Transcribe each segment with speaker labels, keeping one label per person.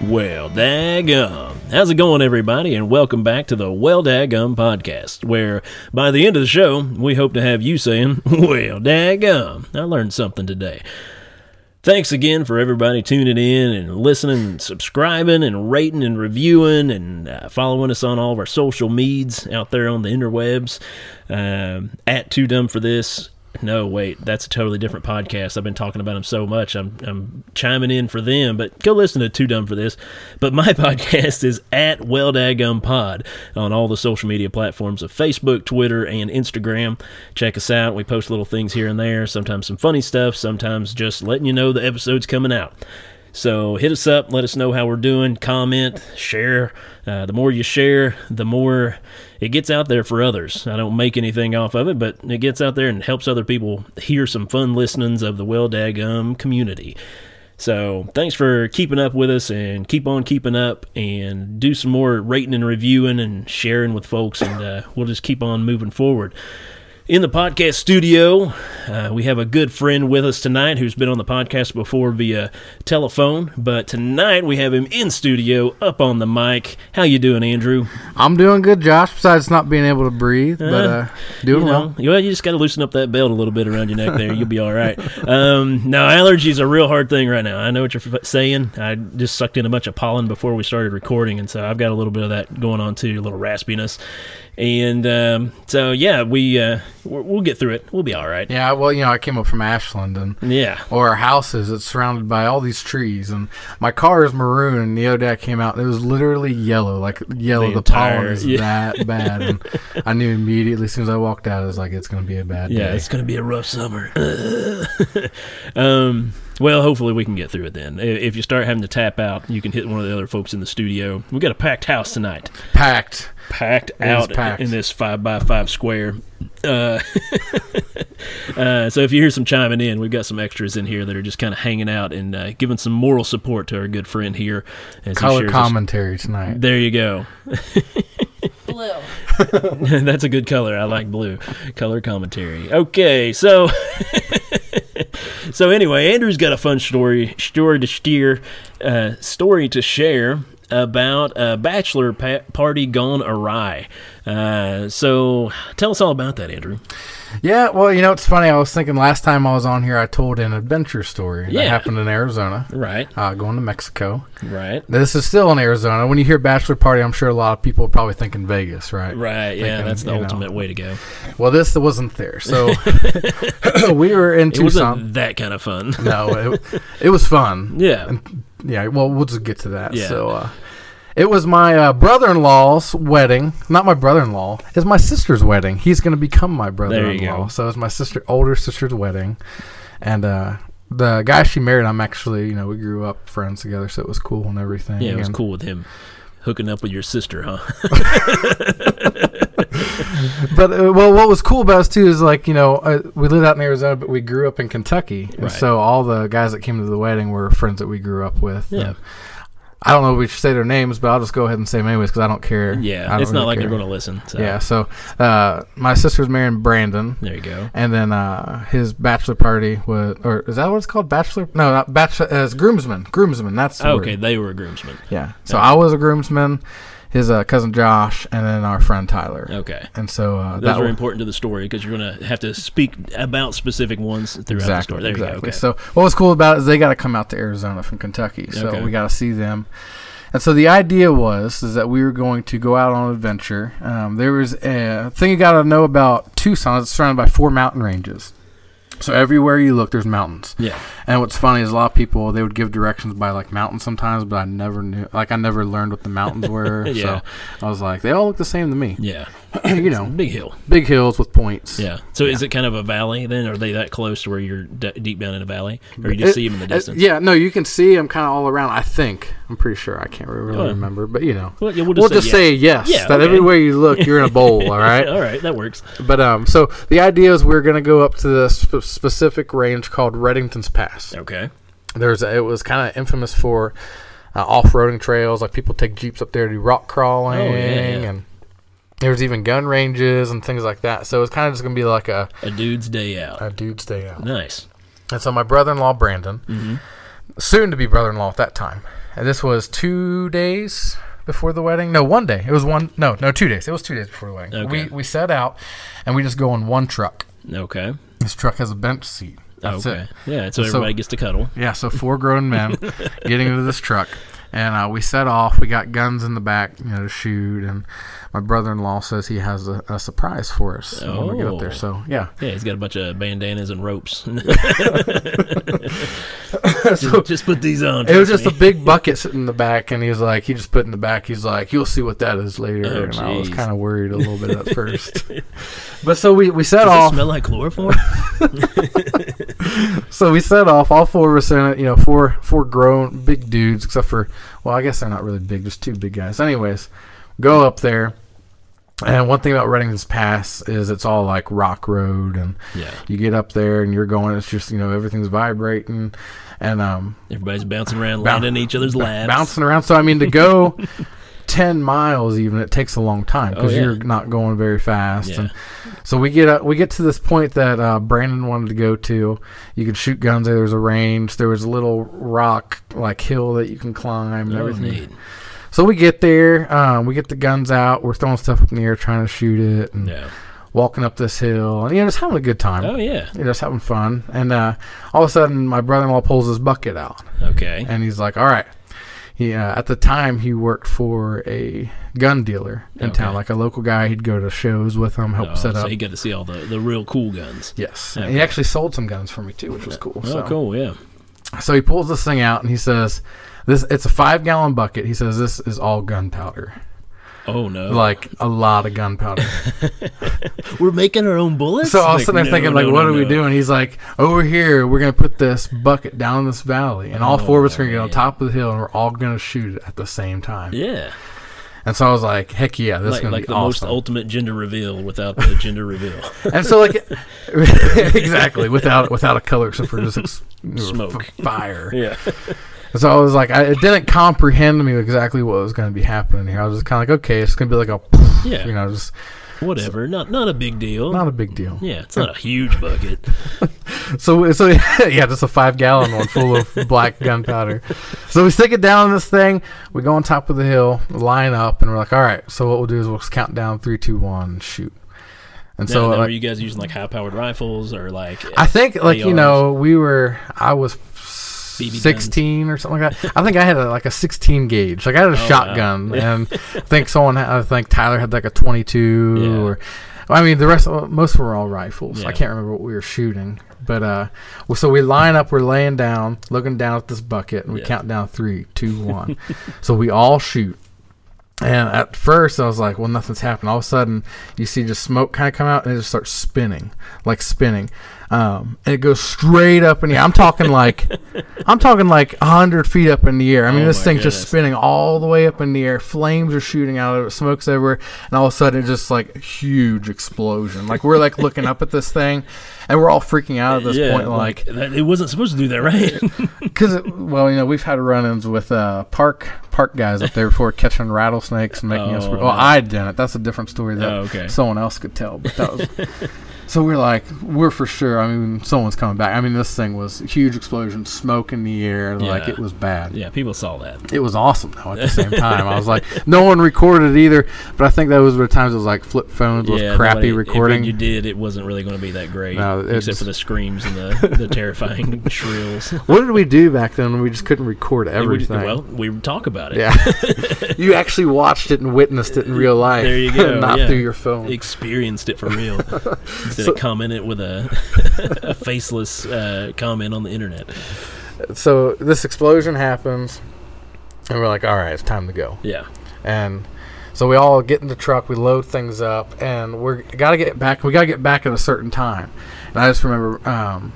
Speaker 1: Well, daggum. How's it going, everybody? And welcome back to the Well Daggum podcast, where by the end of the show, we hope to have you saying, Well, daggum. I learned something today. Thanks again for everybody tuning in and listening and subscribing and rating and reviewing and uh, following us on all of our social medias out there on the interwebs. Um, at Too Dumb for This. No, wait, that's a totally different podcast. I've been talking about them so much. I'm, I'm chiming in for them, but go listen to Too Dumb for This. But my podcast is at Well Daggum Pod on all the social media platforms of Facebook, Twitter, and Instagram. Check us out. We post little things here and there, sometimes some funny stuff, sometimes just letting you know the episode's coming out. So hit us up, let us know how we're doing, comment, share. Uh, the more you share, the more it gets out there for others. I don't make anything off of it, but it gets out there and helps other people hear some fun listenings of the Well Daggum community. So thanks for keeping up with us and keep on keeping up and do some more rating and reviewing and sharing with folks, and uh, we'll just keep on moving forward in the podcast studio. Uh, we have a good friend with us tonight who's been on the podcast before via telephone, but tonight we have him in studio, up on the mic. How you doing, Andrew?
Speaker 2: I'm doing good, Josh. Besides not being able to breathe, but
Speaker 1: Uh,
Speaker 2: uh,
Speaker 1: you
Speaker 2: doing well.
Speaker 1: Well, you just got to loosen up that belt a little bit around your neck there. You'll be all right. Um, no, allergies are a real hard thing right now. I know what you're f- saying. I just sucked in a bunch of pollen before we started recording, and so I've got a little bit of that going on too, a little raspiness. And um, so, yeah, we uh, we're- we'll get through it. We'll be all right.
Speaker 2: Yeah, well, you know, I came up from Ashland and
Speaker 1: yeah.
Speaker 2: or our houses. It's surrounded by all these trees, and my car is maroon. And the other day I came out, it was literally yellow, like yellow.
Speaker 1: The
Speaker 2: The,
Speaker 1: entire-
Speaker 2: pollen is
Speaker 1: yeah.
Speaker 2: that bad, and I knew immediately as soon as I walked out, I was like, it's going to be a bad
Speaker 1: Yeah,
Speaker 2: day.
Speaker 1: it's going to be a rough summer. um, well, hopefully we can get through it then. I- If you start having to tap out, you can hit one of the other folks in the studio. We got a packed house tonight,
Speaker 2: packed.
Speaker 1: packed
Speaker 2: is
Speaker 1: out
Speaker 2: packed.
Speaker 1: in this five by five square. Uh, uh, so if you hear some chiming in, we've got some extras in here that are just kind of hanging out and uh, giving some moral support to our good friend here. As he
Speaker 2: Color
Speaker 1: shares his-
Speaker 2: commentary tonight.
Speaker 1: There you go.
Speaker 3: blue.
Speaker 1: That's a good color. I like blue. Color commentary. Okay, so so anyway, Andrew's got a fun story story to steer, uh, story to share about a bachelor pa- party gone awry. Uh, so tell us all about that, Andrew.
Speaker 2: Yeah, well, you know, it's funny. I was thinking last time I was on here, I told an adventure story
Speaker 1: Yeah.
Speaker 2: that happened in Arizona,
Speaker 1: Right,
Speaker 2: uh, going to Mexico.
Speaker 1: right,
Speaker 2: This is still in Arizona. When you hear bachelor party, I'm sure a lot of people are probably thinking Vegas, right?
Speaker 1: right. Yeah,
Speaker 2: Thinking,
Speaker 1: that's the
Speaker 2: um, you know,
Speaker 1: ultimate way to go.
Speaker 2: Well, this wasn't there. So we were in
Speaker 1: It
Speaker 2: Tucson.
Speaker 1: wasn't that kind of fun.
Speaker 2: no, it, it was fun.
Speaker 1: yeah.
Speaker 2: Yeah, well, we'll just get to that.
Speaker 1: Yeah.
Speaker 2: So uh, it was my uh, brother-in-law's wedding. Not my brother-in-law. It's my sister's wedding. He's going to become my
Speaker 1: go.
Speaker 2: brother-in-law. So it's my sister, older sister's wedding, and uh, the guy she married. I'm actually, you know, we grew up friends together, so it was cool and everything.
Speaker 1: Yeah, it was
Speaker 2: and-
Speaker 1: cool with him hooking up with your sister, huh?
Speaker 2: But uh, well, what was cool about us too is like you know uh, we lived out in Arizona, but we grew up in Kentucky, and
Speaker 1: Right.
Speaker 2: so all the guys that came to the wedding were friends that we grew up with.
Speaker 1: Yeah.
Speaker 2: And I don't know if we should say their names, but I'll just go ahead and say them anyways because I don't care. I
Speaker 1: Yeah,
Speaker 2: don't
Speaker 1: it's not
Speaker 2: really
Speaker 1: like
Speaker 2: care.
Speaker 1: they're going to listen. So.
Speaker 2: Yeah, so uh, my sister's marrying Brandon,
Speaker 1: There you go.
Speaker 2: and then uh, his bachelor party was, or is that what it's called? Bachelor? No, not bachelor. Uh, it's groomsman. Groomsman. That's the
Speaker 1: Oh, Okay,
Speaker 2: word.
Speaker 1: they were a groomsman.
Speaker 2: Yeah. So
Speaker 1: Yeah.
Speaker 2: I was a groomsman, his uh, cousin Josh, and then our friend Tyler.
Speaker 1: Okay.
Speaker 2: And so uh,
Speaker 1: Those
Speaker 2: that
Speaker 1: are
Speaker 2: was.
Speaker 1: important to the story because you're going to have to speak about specific ones throughout the story. There
Speaker 2: exactly.
Speaker 1: you go. Okay.
Speaker 2: So what was cool about it is they got to come out to Arizona from Kentucky, so
Speaker 1: Okay.
Speaker 2: we got to see them. And so the idea was is that we were going to go out on an adventure. Um, there was a thing you got to know about Tucson. It's surrounded by four mountain ranges. So everywhere you look, there's mountains.
Speaker 1: yeah.
Speaker 2: And what's funny is a lot of people they would give directions by like mountains sometimes, but I never knew. Like I never learned what the mountains were.
Speaker 1: Yeah.
Speaker 2: So I was like, they all look the same to me.
Speaker 1: Yeah.
Speaker 2: you know,
Speaker 1: Big hill.
Speaker 2: big hills with points.
Speaker 1: Yeah. So is it kind of a valley then? Are they that close to where you're d- deep down in a valley? Or you just
Speaker 2: It-
Speaker 1: see them in the
Speaker 2: it-
Speaker 1: distance?
Speaker 2: yeah, no, you can see them kind of all around. I think I'm pretty sure. I can't really
Speaker 1: Yeah.
Speaker 2: remember, but you know,
Speaker 1: Well, yeah, we'll
Speaker 2: we'll
Speaker 1: just
Speaker 2: just
Speaker 1: say
Speaker 2: say yes.
Speaker 1: Yeah,
Speaker 2: that
Speaker 1: okay.
Speaker 2: everywhere you look, you're in a bowl. all right.
Speaker 1: All right. That works.
Speaker 2: But um, so the idea is we're gonna go up to the sp- specific range called Reddington's Pass.
Speaker 1: Okay.
Speaker 2: There's a, it was kind of infamous for uh, off-roading trails. Like people take jeeps up there to do rock crawling
Speaker 1: Oh, yeah, yeah.
Speaker 2: and. There's even gun ranges and things like that. So it's kind of just going to be like a,
Speaker 1: A dude's day out.
Speaker 2: a dude's day out.
Speaker 1: Nice. Mm-hmm.
Speaker 2: And so my brother-in-law Brandon, soon to be brother in law at that time. And this was two days before the wedding. No, one day. It was one. No, no, two days. It was two days before the wedding.
Speaker 1: Okay.
Speaker 2: We we set out, and we just go on one truck.
Speaker 1: Okay.
Speaker 2: This truck has a bench seat. That's
Speaker 1: okay.
Speaker 2: it.
Speaker 1: Yeah, so
Speaker 2: So-
Speaker 1: everybody gets to cuddle.
Speaker 2: Yeah, so four grown men getting into this truck, and uh, we set off. We got guns in the back, you know, to shoot. And my brother-in-law says he has a, a surprise for us when we get up
Speaker 1: Oh.
Speaker 2: there. So yeah,
Speaker 1: Yeah, he's got a bunch of bandanas and ropes. just, just put these on.
Speaker 2: it was just a
Speaker 1: trust
Speaker 2: big bucket sitting in the back, and he's like, he just put it in the back. He's like, you'll see what that is later.
Speaker 1: Oh,
Speaker 2: and I was
Speaker 1: jeez.
Speaker 2: kind of worried a little bit at first. but so we we set
Speaker 1: Does
Speaker 2: off.
Speaker 1: it smell like chloroform?
Speaker 2: So we set off. All four of us in it. You know, four four grown big dudes, except for well, I guess they're not really big. Just two big guys. Anyways, go up there. And one thing about Reddington's Pass is it's all like rock road, and
Speaker 1: yeah,
Speaker 2: you get up there and you're going. It's just you know everything's vibrating, and um,
Speaker 1: everybody's bouncing around,
Speaker 2: Boun-
Speaker 1: landing in each other's laps.
Speaker 2: bouncing around. So I mean, to go ten miles even it takes a long time
Speaker 1: Oh,
Speaker 2: because
Speaker 1: yeah.
Speaker 2: you're not going very fast.
Speaker 1: Yeah.
Speaker 2: And so we get up, we get to this point that uh, Brandon wanted to go to. You could shoot guns. There was a range. There was a little rock like hill that you can climb and
Speaker 1: Oh,
Speaker 2: everything.
Speaker 1: neat.
Speaker 2: So we get there. Um, we get the guns out. We're throwing stuff up in the air trying to shoot it and
Speaker 1: Yeah.
Speaker 2: walking up this hill and you know just having a good time.
Speaker 1: Oh yeah.
Speaker 2: You know, just having fun. And uh, all of a sudden, my brother-in-law pulls his bucket out
Speaker 1: Okay.
Speaker 2: and he's like, "All right." He uh, at the time he worked for a gun dealer in
Speaker 1: Okay.
Speaker 2: town, like a local guy. He'd go to shows with him, help
Speaker 1: Oh,
Speaker 2: set
Speaker 1: so
Speaker 2: up.
Speaker 1: you got to see all the, the real cool guns.
Speaker 2: yes,
Speaker 1: Okay.
Speaker 2: and he actually sold some guns for me too, which was cool.
Speaker 1: Oh,
Speaker 2: so.
Speaker 1: cool. Yeah.
Speaker 2: so he pulls this thing out and he says, "This it's a five gallon bucket." He says, "This is all gunpowder,
Speaker 1: Oh no.
Speaker 2: like a lot of gunpowder."
Speaker 1: we're making our own bullets.
Speaker 2: so all of a sudden I'm
Speaker 1: no,
Speaker 2: thinking,
Speaker 1: no,
Speaker 2: like, what
Speaker 1: no,
Speaker 2: are we
Speaker 1: no.
Speaker 2: doing? He's like, "Over here, we're gonna put this bucket down in this valley, and all four of us are gonna get on
Speaker 1: Oh,
Speaker 2: top of the hill, and we're all gonna shoot it at the same time."
Speaker 1: Yeah,
Speaker 2: And so I was like, "Heck yeah, this is
Speaker 1: like,
Speaker 2: gonna
Speaker 1: like
Speaker 2: be
Speaker 1: the
Speaker 2: awesome."
Speaker 1: most ultimate gender reveal without the gender reveal.
Speaker 2: and so like exactly without without a color except for just ex-
Speaker 1: Smoke.
Speaker 2: f- fire
Speaker 1: yeah,
Speaker 2: And so i was like I, it didn't comprehend to me exactly what was going to be happening here i was just kind of like okay it's going to be like a
Speaker 1: yeah,
Speaker 2: you know just
Speaker 1: whatever. Not not a big deal.
Speaker 2: not a big deal
Speaker 1: yeah, it's not a huge bucket.
Speaker 2: so so yeah just a five gallon one full of black gunpowder so we stick it down in this thing we go on top of the hill line up and we're like all right so what we'll do is we'll count down three two one shoot and
Speaker 1: So
Speaker 2: so
Speaker 1: now,
Speaker 2: like,
Speaker 1: are you guys using like high powered rifles or like?
Speaker 2: I think like you
Speaker 1: ARs.
Speaker 2: know we were I was
Speaker 1: BB guns.
Speaker 2: 16 or something like that. I think I had a, like a 16 gauge. Like I had a
Speaker 1: Oh, wow.
Speaker 2: shotgun and I think someone had, I think Tyler had like a 22
Speaker 1: Yeah.
Speaker 2: or I mean the rest of, most were all rifles.
Speaker 1: Yeah.
Speaker 2: I can't remember what we were shooting. But uh well, so we line up, we're laying down, looking down at this bucket and we
Speaker 1: Yeah.
Speaker 2: count down three, two, one. so we all shoot. And at first, I was like, "Well, nothing's happened." All of a sudden, you see just smoke kind of come out, and it just starts spinning, like spinning. Um, and it goes straight up in the air. I'm talking like, I'm talking like hundred feet up in the air. I mean,
Speaker 1: Oh
Speaker 2: this
Speaker 1: my
Speaker 2: thing's
Speaker 1: goodness.
Speaker 2: just spinning all the way up in the air. Flames are shooting out of it, smokes everywhere, and all of a sudden, it's just like a huge explosion. Like we're like looking up at this thing, and we're all freaking out at this
Speaker 1: yeah,
Speaker 2: point. Like,
Speaker 1: that, it wasn't supposed to do that, right?
Speaker 2: because well, you know, we've had run-ins with uh, park park guys up there before catching rattlesnakes and making us.
Speaker 1: Oh,
Speaker 2: Well,
Speaker 1: yeah.
Speaker 2: I didn't. That's a different story that
Speaker 1: Oh, okay.
Speaker 2: someone else could tell. But that was. so we're like, we're for sure. I mean, someone's coming back. I mean, this thing was a huge explosion, smoke in the air, like
Speaker 1: Yeah.
Speaker 2: it was bad.
Speaker 1: yeah, people saw that.
Speaker 2: It was awesome though. At the same time, I was like, no one recorded it either. But I think those were the times it was like flip phones with
Speaker 1: yeah,
Speaker 2: crappy
Speaker 1: nobody- if
Speaker 2: recording.
Speaker 1: you did, it wasn't really going to be that great,
Speaker 2: No,
Speaker 1: except
Speaker 2: it's-
Speaker 1: for the screams and the, the terrifying shrills.
Speaker 2: what did we do back then? when We just couldn't record
Speaker 1: Yeah, we-
Speaker 2: everything.
Speaker 1: well, we would talk about it.
Speaker 2: Yeah. you actually watched it and witnessed it in real life.
Speaker 1: There you go,
Speaker 2: not
Speaker 1: yeah.
Speaker 2: through your phone.
Speaker 1: Experienced it for real instead of commenting it with a, a faceless uh, comment on the internet.
Speaker 2: So this explosion happens, and we're like, all right, it's time to go.
Speaker 1: Yeah.
Speaker 2: And so we all get in the truck, we load things up, and we're gotta get back. We gotta get back at a certain time. And I just remember um,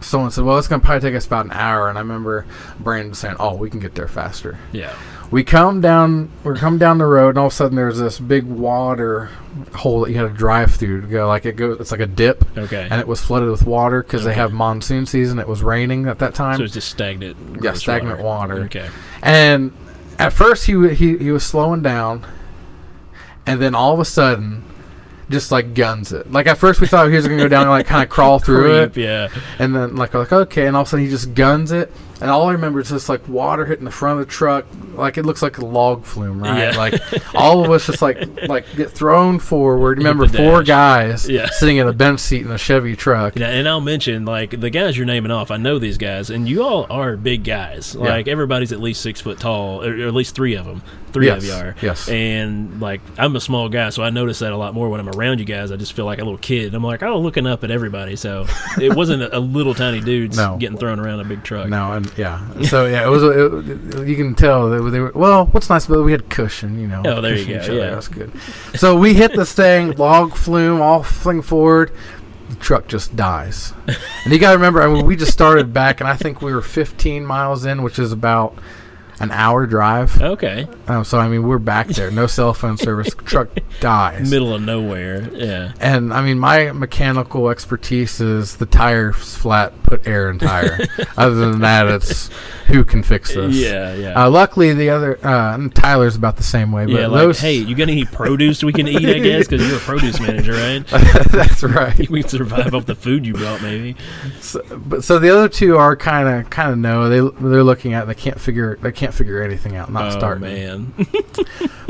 Speaker 2: someone said, "Well, it's gonna probably take us about an hour." And I remember Brandon saying, "Oh, we can get there faster."
Speaker 1: Yeah.
Speaker 2: We come down, we come down the road, and all of a sudden there's this big water hole that you had to drive through to go. Like it goes, it's like a dip,
Speaker 1: Okay.
Speaker 2: and it was flooded with water because they have monsoon season. It was raining at that time,
Speaker 1: so it's just stagnant.
Speaker 2: yeah,
Speaker 1: gross
Speaker 2: stagnant water.
Speaker 1: Okay.
Speaker 2: And at first he, wa- he he was slowing down, and then all of a sudden, just like guns it. Like at first we thought he was gonna go down and like kind of crawl through it,
Speaker 1: Creep, yeah.
Speaker 2: and then like like okay, and all of a sudden he just guns it, And all I remember is just like water hitting the front of the truck, like it looks like a log flume, right?
Speaker 1: Yeah.
Speaker 2: Like all of us just like like get thrown forward. Remember,
Speaker 1: the
Speaker 2: four
Speaker 1: dash.
Speaker 2: guys
Speaker 1: Yeah.
Speaker 2: sitting in a bench seat in a Chevy truck.
Speaker 1: Yeah, and I'll mention like the guys you're naming off. I know these guys, and you all are big guys. Like everybody's at least six foot tall, or, or at least three of them. Three of
Speaker 2: Yes,
Speaker 1: you are.
Speaker 2: yes.
Speaker 1: And like I'm a small guy, so I notice that a lot more when I'm around you guys. I just feel like a little kid. I'm like, oh, looking up at everybody. So it wasn't a little tiny dudes
Speaker 2: No.
Speaker 1: getting thrown around a big truck.
Speaker 2: No, and yeah. So yeah, it was. It, you can tell that they were. Well, what's nice about it, we had cushion, you know.
Speaker 1: Oh, there you
Speaker 2: cushion
Speaker 1: go,
Speaker 2: each other,
Speaker 1: yeah.
Speaker 2: that's good. So we hit this thing, log flume, all fling forward. The truck just dies, and you got to remember. I mean, we just started back, and I think we were 15 miles in, which is about an hour drive.
Speaker 1: Okay.
Speaker 2: Um, so I mean, we're back there. No cell phone service. truck dies.
Speaker 1: Middle of nowhere. Yeah.
Speaker 2: And I mean, my mechanical expertise is the tire's flat, put air in tire. Other than that, it's who can fix this.
Speaker 1: Yeah. Yeah.
Speaker 2: Uh, luckily, the other uh, and Tyler's about the same way. But
Speaker 1: yeah, like,
Speaker 2: those,
Speaker 1: hey, you got any produce we can eat? I guess because you're a produce manager, right?
Speaker 2: that's right.
Speaker 1: We can survive off the food you brought, maybe.
Speaker 2: So, but so the other two are kind of kind of no. They they're looking at. They can't figure. They can't figure anything out. Not
Speaker 1: oh
Speaker 2: starting.
Speaker 1: man,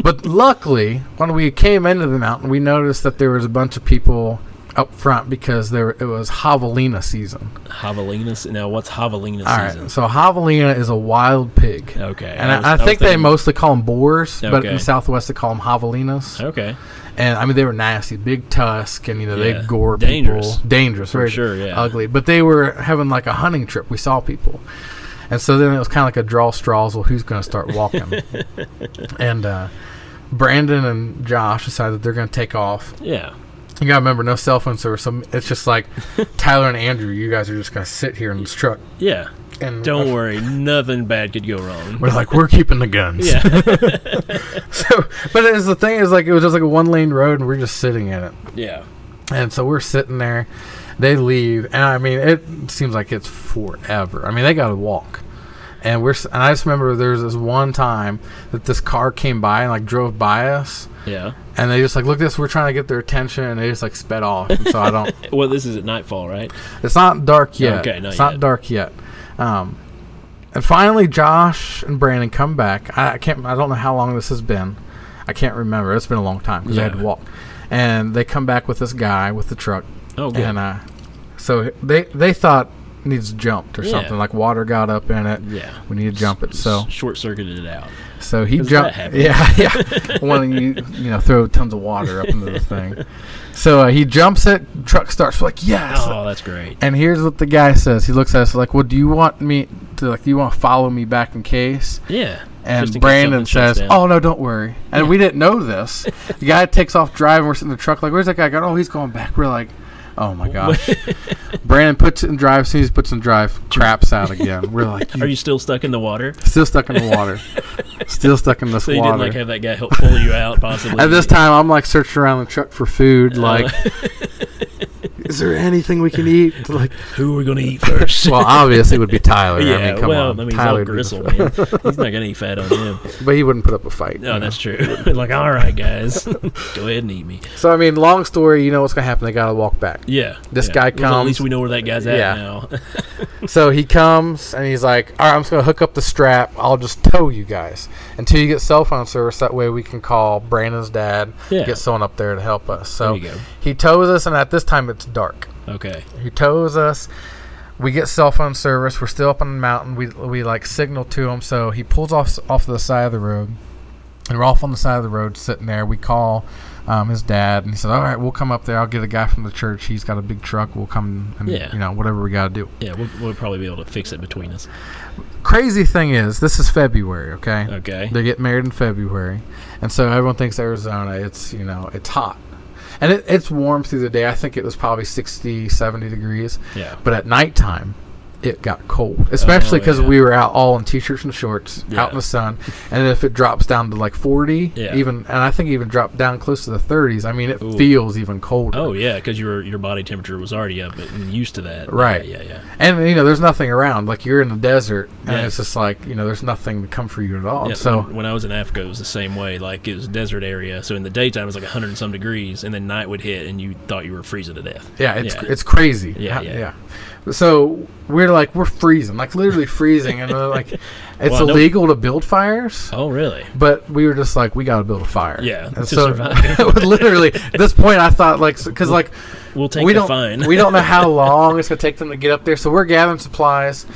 Speaker 2: But luckily, when we came into the mountain, we noticed that there was a bunch of people up front because there it was javelina season.
Speaker 1: Javelinas. Now, what's javelina
Speaker 2: All right.
Speaker 1: season?
Speaker 2: So javelina is a wild pig.
Speaker 1: Okay,
Speaker 2: And
Speaker 1: was-
Speaker 2: I, I
Speaker 1: was
Speaker 2: think they
Speaker 1: thinking-
Speaker 2: mostly call them boars, but in
Speaker 1: Okay.
Speaker 2: the Southwest they call them javelinas.
Speaker 1: Okay,
Speaker 2: and I mean they were nasty, big tusk, and you know
Speaker 1: Yeah.
Speaker 2: they gore
Speaker 1: Dangerous.
Speaker 2: people, dangerous,
Speaker 1: For
Speaker 2: very
Speaker 1: sure, yeah.
Speaker 2: ugly. But they were having like a hunting trip. We saw people, and so then it was kind of like a draw straws. Well, who's going to start walking? and uh, Brandon and Josh decided that they're going to take off.
Speaker 1: yeah,
Speaker 2: You got to remember, no cell phone service. So it's just like Tyler and Andrew. You guys are just going to sit here in this truck.
Speaker 1: yeah.
Speaker 2: And
Speaker 1: Don't worry, nothing bad could go wrong.
Speaker 2: We're like, we're keeping the guns.
Speaker 1: Yeah,
Speaker 2: So, but it's the thing is like it was just like a one lane road, and we're just sitting in it.
Speaker 1: yeah.
Speaker 2: And so we're sitting there. They leave, and I mean, it seems like it's forever. I mean, they got to walk. And we're s- and I just remember there was this one time that this car came by and like drove by us,
Speaker 1: Yeah.
Speaker 2: and they just like looked at us. We're trying to get their attention, and they just like sped off. And so I don't.
Speaker 1: Well, this is at nightfall, right?
Speaker 2: It's not dark yet.
Speaker 1: Okay, not
Speaker 2: it's not
Speaker 1: yet.
Speaker 2: dark yet. Um, and finally, Josh and Brandon come back. I, I can't. I don't know how long this has been. I can't remember. It's been a long time because I had
Speaker 1: Yeah.
Speaker 2: to walk. And they come back with this guy with the truck,
Speaker 1: Oh, good.
Speaker 2: and uh, so they they thought needs jumped or
Speaker 1: Yeah.
Speaker 2: something like water got up in it.
Speaker 1: yeah.
Speaker 2: We need to jump it. So
Speaker 1: short circuited it out.
Speaker 2: so he
Speaker 1: 'Cause
Speaker 2: jumped.
Speaker 1: that
Speaker 2: Yeah, yeah. When you you know throw tons of water up into the thing. So uh, he jumps it. Truck starts like yes.
Speaker 1: Oh, that's great.
Speaker 2: And here's what the guy says. He looks at us like, "Well, do you want me to like? Do you want to follow me back in case?"
Speaker 1: Yeah.
Speaker 2: And
Speaker 1: Just in case something
Speaker 2: Brandon
Speaker 1: shuts
Speaker 2: says,
Speaker 1: down.
Speaker 2: "Oh no, don't worry." And we didn't know this. the guy takes off driving. We're sitting in the truck like, "Where's that guy going?" Oh, he's going back. We're like, "Oh my gosh." Brandon puts it in drive. As soon as he puts it in drive, craps out again. We're like,
Speaker 1: Are you still stuck in the water?
Speaker 2: "Still stuck in the water. Still stuck in this
Speaker 1: So you
Speaker 2: water."
Speaker 1: didn't like have that guy help pull you out, possibly. Oh.
Speaker 2: At this time, I'm like searching around the truck for food. Like, is there anything we can eat? Like,
Speaker 1: who are we gonna eat first?
Speaker 2: well, obviously it would be Tyler.
Speaker 1: yeah.
Speaker 2: I mean, come
Speaker 1: well,
Speaker 2: on.
Speaker 1: I mean, he's
Speaker 2: Tyler
Speaker 1: all
Speaker 2: would be the
Speaker 1: gristle, man. He's not gonna eat fat on him.
Speaker 2: But he wouldn't put up a fight.
Speaker 1: No,
Speaker 2: you
Speaker 1: that's true. like, all right, guys, go ahead and eat me.
Speaker 2: know. So I mean, long story. You know what's gonna happen? They gotta walk back.
Speaker 1: Yeah.
Speaker 2: This
Speaker 1: yeah.
Speaker 2: guy
Speaker 1: Well, At
Speaker 2: comes-
Speaker 1: least we know where that guy's at
Speaker 2: Yeah.
Speaker 1: now.
Speaker 2: so he comes and he's like, "All right, I'm just gonna hook up the strap. I'll just tow you guys until you get cell phone service. That way we can call Brandon's dad,
Speaker 1: Yeah.
Speaker 2: get someone up there to help us." So
Speaker 1: There you go.
Speaker 2: he tows us, and at this time it's dark.
Speaker 1: Okay.
Speaker 2: He tows us. We get cell phone service. We're still up on the mountain. We, we like signal to him. So he pulls off off to the side of the road, and we're off on the side of the road sitting there. We call um, his dad, and he said, "All right, we'll come up there. I'll get a guy from the church. He's got a big truck. We'll come and
Speaker 1: Yeah.
Speaker 2: you know whatever we got to do."
Speaker 1: Yeah, we'll, we'll probably be able to fix it between us.
Speaker 2: Crazy thing is, this is February. Okay,
Speaker 1: Okay.
Speaker 2: they get married in February, and so everyone thinks Arizona. It's you know it's hot. And it, it's warm through the day. I think it was probably 60, 70 degrees.
Speaker 1: Yeah.
Speaker 2: But at nighttime, it got cold, especially because
Speaker 1: Oh, yeah.
Speaker 2: we were out all in t-shirts and shorts,
Speaker 1: Yeah.
Speaker 2: out in the sun. And if it drops down to like forty,
Speaker 1: Yeah.
Speaker 2: even and I think even dropped down close to the thirties. I mean, it
Speaker 1: Ooh.
Speaker 2: feels even colder.
Speaker 1: Oh yeah, because your your body temperature was already up and used to that.
Speaker 2: Right.
Speaker 1: Yeah, yeah. yeah.
Speaker 2: And you know, there's nothing around. Like you're in the desert, and
Speaker 1: Yeah.
Speaker 2: it's just like you know, there's nothing to comfort you at all.
Speaker 1: Yeah,
Speaker 2: so
Speaker 1: when, when I was in Africa, it was the same way. Like it was a desert area, so in the daytime it was like 100 and some degrees, and then night would hit, and you thought you were freezing to death.
Speaker 2: yeah, it's
Speaker 1: Yeah.
Speaker 2: it's crazy.
Speaker 1: Yeah,
Speaker 2: Ha-
Speaker 1: yeah.
Speaker 2: So we're like, we're freezing, like literally freezing, and they're like, it's
Speaker 1: Well, I know-
Speaker 2: illegal to build fires.
Speaker 1: Oh, really?
Speaker 2: But we were just like, we got to build a fire.
Speaker 1: Yeah,
Speaker 2: and
Speaker 1: to
Speaker 2: so
Speaker 1: survive.
Speaker 2: literally at this point, I thought like, because like
Speaker 1: We'll take
Speaker 2: we
Speaker 1: the
Speaker 2: don't
Speaker 1: fine.
Speaker 2: we don't know how long it's gonna take them to get up there, so we're gathering supplies,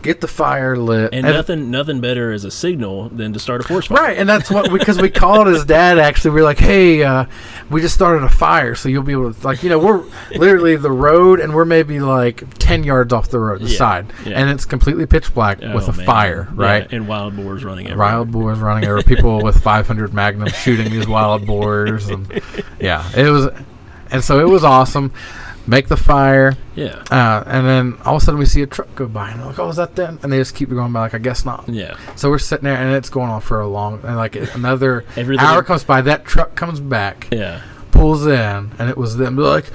Speaker 2: get the fire lit,
Speaker 1: and
Speaker 2: and-
Speaker 1: nothing, nothing better as a signal than to start a forest fire.
Speaker 2: Right, and that's what because we called his dad. Actually, we are like, "Hey, uh, we just started a fire, so you'll be able to like, you know, we're literally the road, and we're maybe like ten yards off the road, the
Speaker 1: Yeah,
Speaker 2: side,
Speaker 1: yeah.
Speaker 2: and it's completely pitch black
Speaker 1: Oh,
Speaker 2: with a
Speaker 1: man.
Speaker 2: fire,
Speaker 1: Yeah,
Speaker 2: right?
Speaker 1: and wild boars running everywhere.
Speaker 2: Wild boars running over people with 500 magnums shooting these wild boars, and yeah, it was, and so it was awesome. Make the fire,
Speaker 1: Yeah,
Speaker 2: uh, and then all of a sudden we see a truck go by, and I'm like, "Oh, is that them?" And they just keep going by, like, "I guess not."
Speaker 1: yeah.
Speaker 2: So we're sitting there, and it's going on for a long, and like another
Speaker 1: Everything.
Speaker 2: hour comes by. That truck comes back,
Speaker 1: yeah,
Speaker 2: pulls in, and it was them. They're like,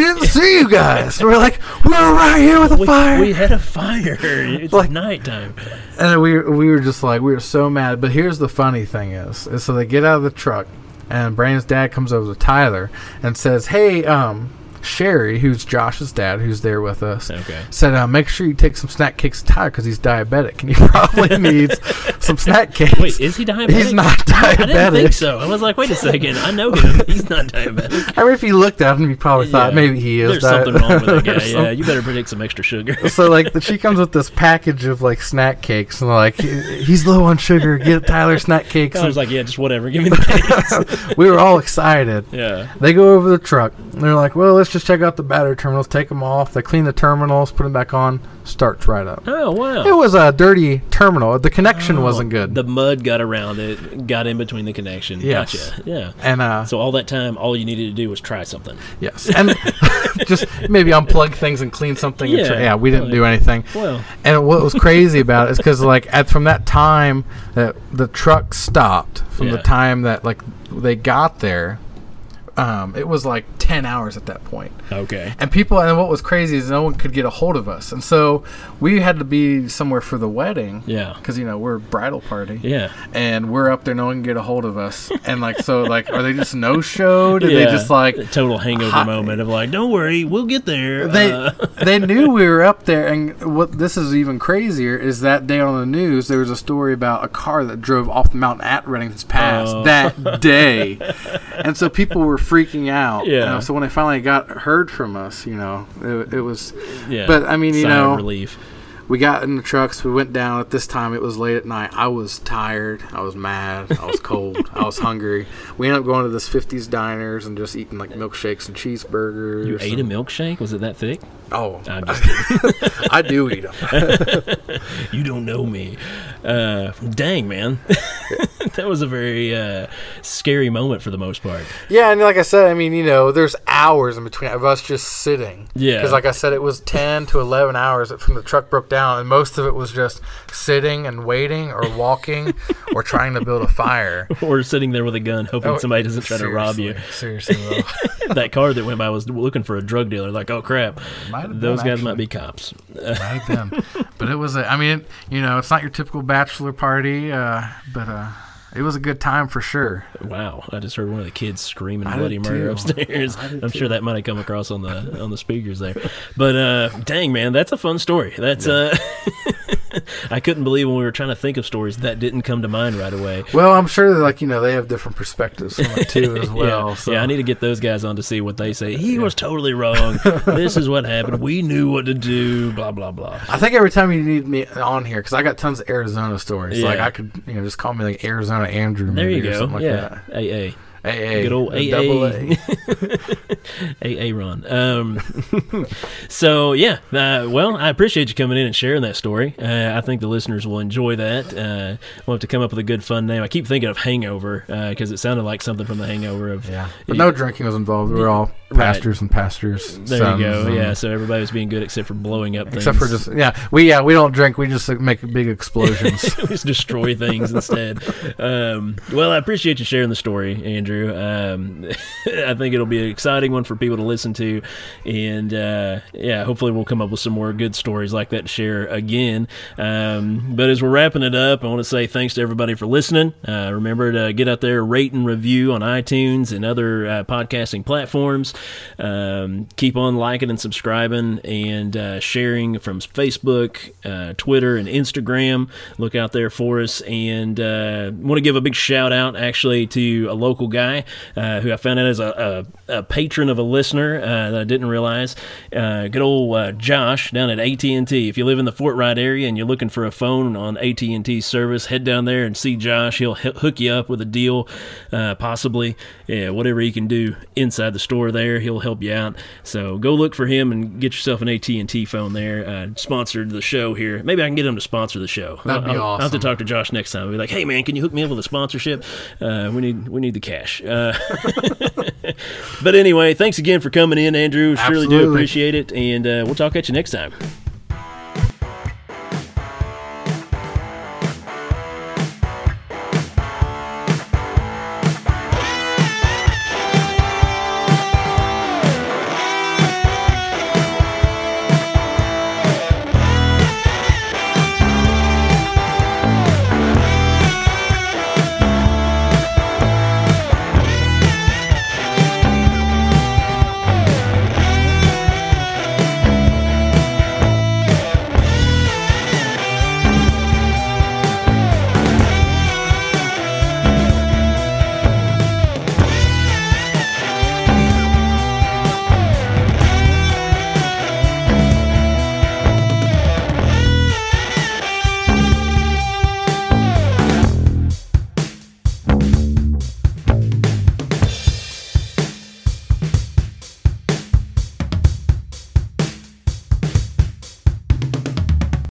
Speaker 2: didn't see you guys." And we're like, "We were right here with a
Speaker 1: we,
Speaker 2: fire,"
Speaker 1: we had a fire. It's
Speaker 2: Like-
Speaker 1: nighttime.
Speaker 2: and we we were just like, we were so mad. But here's the funny thing is, is so they get out of the truck, and Brandon's dad comes over to Tyler and says, "Hey, um, Sherry, who's Josh's dad, who's there with us."
Speaker 1: Okay.
Speaker 2: Said, uh, make sure you take some snack cakes to Tyler because he's diabetic and he probably needs some snack cakes.
Speaker 1: Wait, is he diabetic?
Speaker 2: He's not
Speaker 1: I
Speaker 2: diabetic. I,
Speaker 1: didn't think so. I was like, wait a second. I know him. He's not diabetic.
Speaker 2: mean, if you looked at him, you probably thought
Speaker 1: Yeah.
Speaker 2: maybe he is.
Speaker 1: There's something wrong with that
Speaker 2: diabetic or
Speaker 1: guy. Yeah, you better predict some extra sugar.
Speaker 2: something. so like, she comes with this package of like snack cakes, and like, he's low on sugar. Get Tyler snack cakes.
Speaker 1: I was
Speaker 2: And
Speaker 1: like, yeah, just whatever. Give me the case.
Speaker 2: we were all excited.
Speaker 1: yeah.
Speaker 2: They go over the truck. and They're like, well, let's just check out the battery terminals. Take them off. They clean the terminals, put them back on. Starts right up.
Speaker 1: Oh wow.
Speaker 2: It was a dirty terminal. The connection wasn't good.
Speaker 1: Oh, The mud got around it, got in between the connection.
Speaker 2: Yes.
Speaker 1: Gotcha. Yeah.
Speaker 2: and uh,
Speaker 1: So all that time, all you needed to do was try something.
Speaker 2: yes, and just maybe unplug things and clean something. and try-
Speaker 1: Yeah.
Speaker 2: yeah we didn't do anything.
Speaker 1: Well,
Speaker 2: And what was crazy about it is because like at from that time that the truck stopped, from the
Speaker 1: Yeah.
Speaker 2: time that like they got there, um, it was like ten hours at that point.
Speaker 1: okay.
Speaker 2: And people, and what was crazy is no one could get a hold of us, and so we had to be somewhere for the wedding.
Speaker 1: Yeah.
Speaker 2: Because you know we're a bridal party,
Speaker 1: Yeah.
Speaker 2: and we're up there. No one can get a hold of us, and like so, like are they just no show? Did
Speaker 1: yeah. Uh.
Speaker 2: they just like
Speaker 1: A total hangover
Speaker 2: Hi-
Speaker 1: moment of like, don't worry, we'll get there.
Speaker 2: they
Speaker 1: Uh,
Speaker 2: they knew we were up there and what this is even crazier is that day on the news there was a story about a car that drove off the mountain at Reddington's Pass
Speaker 1: Oh.
Speaker 2: that day and so people were freaking out you
Speaker 1: Yeah.
Speaker 2: know, so when they finally got heard from us you know it, it was
Speaker 1: yeah.
Speaker 2: but I mean you
Speaker 1: Sigh
Speaker 2: know
Speaker 1: of relief.
Speaker 2: we got in the trucks we went down at this time it was late at night I was tired I was mad I was cold I was hungry we ended up going to this 50s diners and just eating like milkshakes and cheeseburgers
Speaker 1: You ate Uh, a
Speaker 2: and-
Speaker 1: milkshake? Was it that thick?
Speaker 2: oh
Speaker 1: I'm just kidding.
Speaker 2: I do eat them
Speaker 1: you don't know me. Uh, dang, man. that was a very uh, scary moment for the most part.
Speaker 2: Yeah, and like I said, I mean, you know, there's hours in between of us just sitting.
Speaker 1: Yeah.
Speaker 2: Because, like I said, it was 10 to 11 hours that- from the truck broke down, and most of it was just sitting and waiting or walking or trying to build a fire.
Speaker 1: or sitting there with a gun, hoping
Speaker 2: Oh,
Speaker 1: somebody doesn't try to rob you.
Speaker 2: Seriously. seriously,
Speaker 1: that car that went by was looking for a drug dealer. Like, oh crap,
Speaker 2: Might have been,
Speaker 1: those guys might be cops.
Speaker 2: though. Right then. But it was, a, I mean, you know, it's not your typical bachelor party, uh, but uh, it was a good time for sure.
Speaker 1: Wow, I just heard one of the kids screaming
Speaker 2: I
Speaker 1: bloody
Speaker 2: did
Speaker 1: murder
Speaker 2: too.
Speaker 1: upstairs. I'm sure that might have come across on the on the speakers there. But uh, dang man, that's a fun story. That's uh, I couldn't believe when we were trying to think of stories that didn't come to mind right away.
Speaker 2: Well, I'm sure that, like, you know, they have different perspectives on it, too, as well.
Speaker 1: yeah,
Speaker 2: so.
Speaker 1: yeah, I need to get those guys on to see what they say. He was totally wrong. this is what happened. We knew what to do. Blah blah blah.
Speaker 2: I think every time you need me on here, because I got tons of Arizona stories. Like
Speaker 1: Yeah.
Speaker 2: I could, you know, just call me like Arizona Andrew.
Speaker 1: There
Speaker 2: maybe
Speaker 1: you
Speaker 2: or
Speaker 1: go.
Speaker 2: something
Speaker 1: yeah, AA.
Speaker 2: Like that. AA,
Speaker 1: Good old
Speaker 2: a double
Speaker 1: AA.
Speaker 2: A.
Speaker 1: AA Ron. Um, so yeah, uh, well, I appreciate you coming in and sharing that story. Uh, I think the listeners will enjoy that. Uh, we'll have to come up with a good fun name. I keep thinking of Hangover because it sounded like something from the Hangover. Of
Speaker 2: Yeah, but no drinking was involved. We were all
Speaker 1: Right.
Speaker 2: pastors and pastors.
Speaker 1: there
Speaker 2: sons
Speaker 1: you go.
Speaker 2: and-
Speaker 1: Yeah, so everybody was being good except for blowing up things.
Speaker 2: um, Except for just yeah, we yeah we don't drink. We just like, make big explosions.
Speaker 1: just destroy things instead. Um, well, I appreciate you sharing the story, Andrew. Um, I think it'll be an exciting one for people to listen to. And uh, yeah, hopefully we'll come up with some more good stories like that to share again. Um, but as we're wrapping it up, I want to say thanks to everybody for listening. Uh, remember to get out there, rate and review on iTunes and other uh, podcasting platforms. Um, keep on liking and subscribing and uh, sharing from Facebook, uh, Twitter, and Instagram. Look out there for us. And uh, want to give a big shout out actually to a local guy uh, who I found out is a, a, a patron of a listener uh, that I didn't realize. Uh, good old uh, Josh down at AT and T. If you live in the Fort Wright area and you're looking for a phone on AT and T service, head down there and see Josh. He'll h- hook you up with a deal, uh, possibly. Yeah, whatever he can do inside the store there, he'll help you out. So go look for him and get yourself an AT and T phone there. Uh, sponsored the show here. Maybe I can get him to sponsor the show.
Speaker 2: That'd be
Speaker 1: I'll, I'll have to
Speaker 2: awesome.
Speaker 1: talk to Josh next time. I'll be like, hey man, can you hook me up with a sponsorship? Uh, we need we need the cash. Uh, but anyway, thanks again for coming in, Andrew. Surely do
Speaker 2: Absolutely.
Speaker 1: appreciate it, and uh, we'll talk at you next time.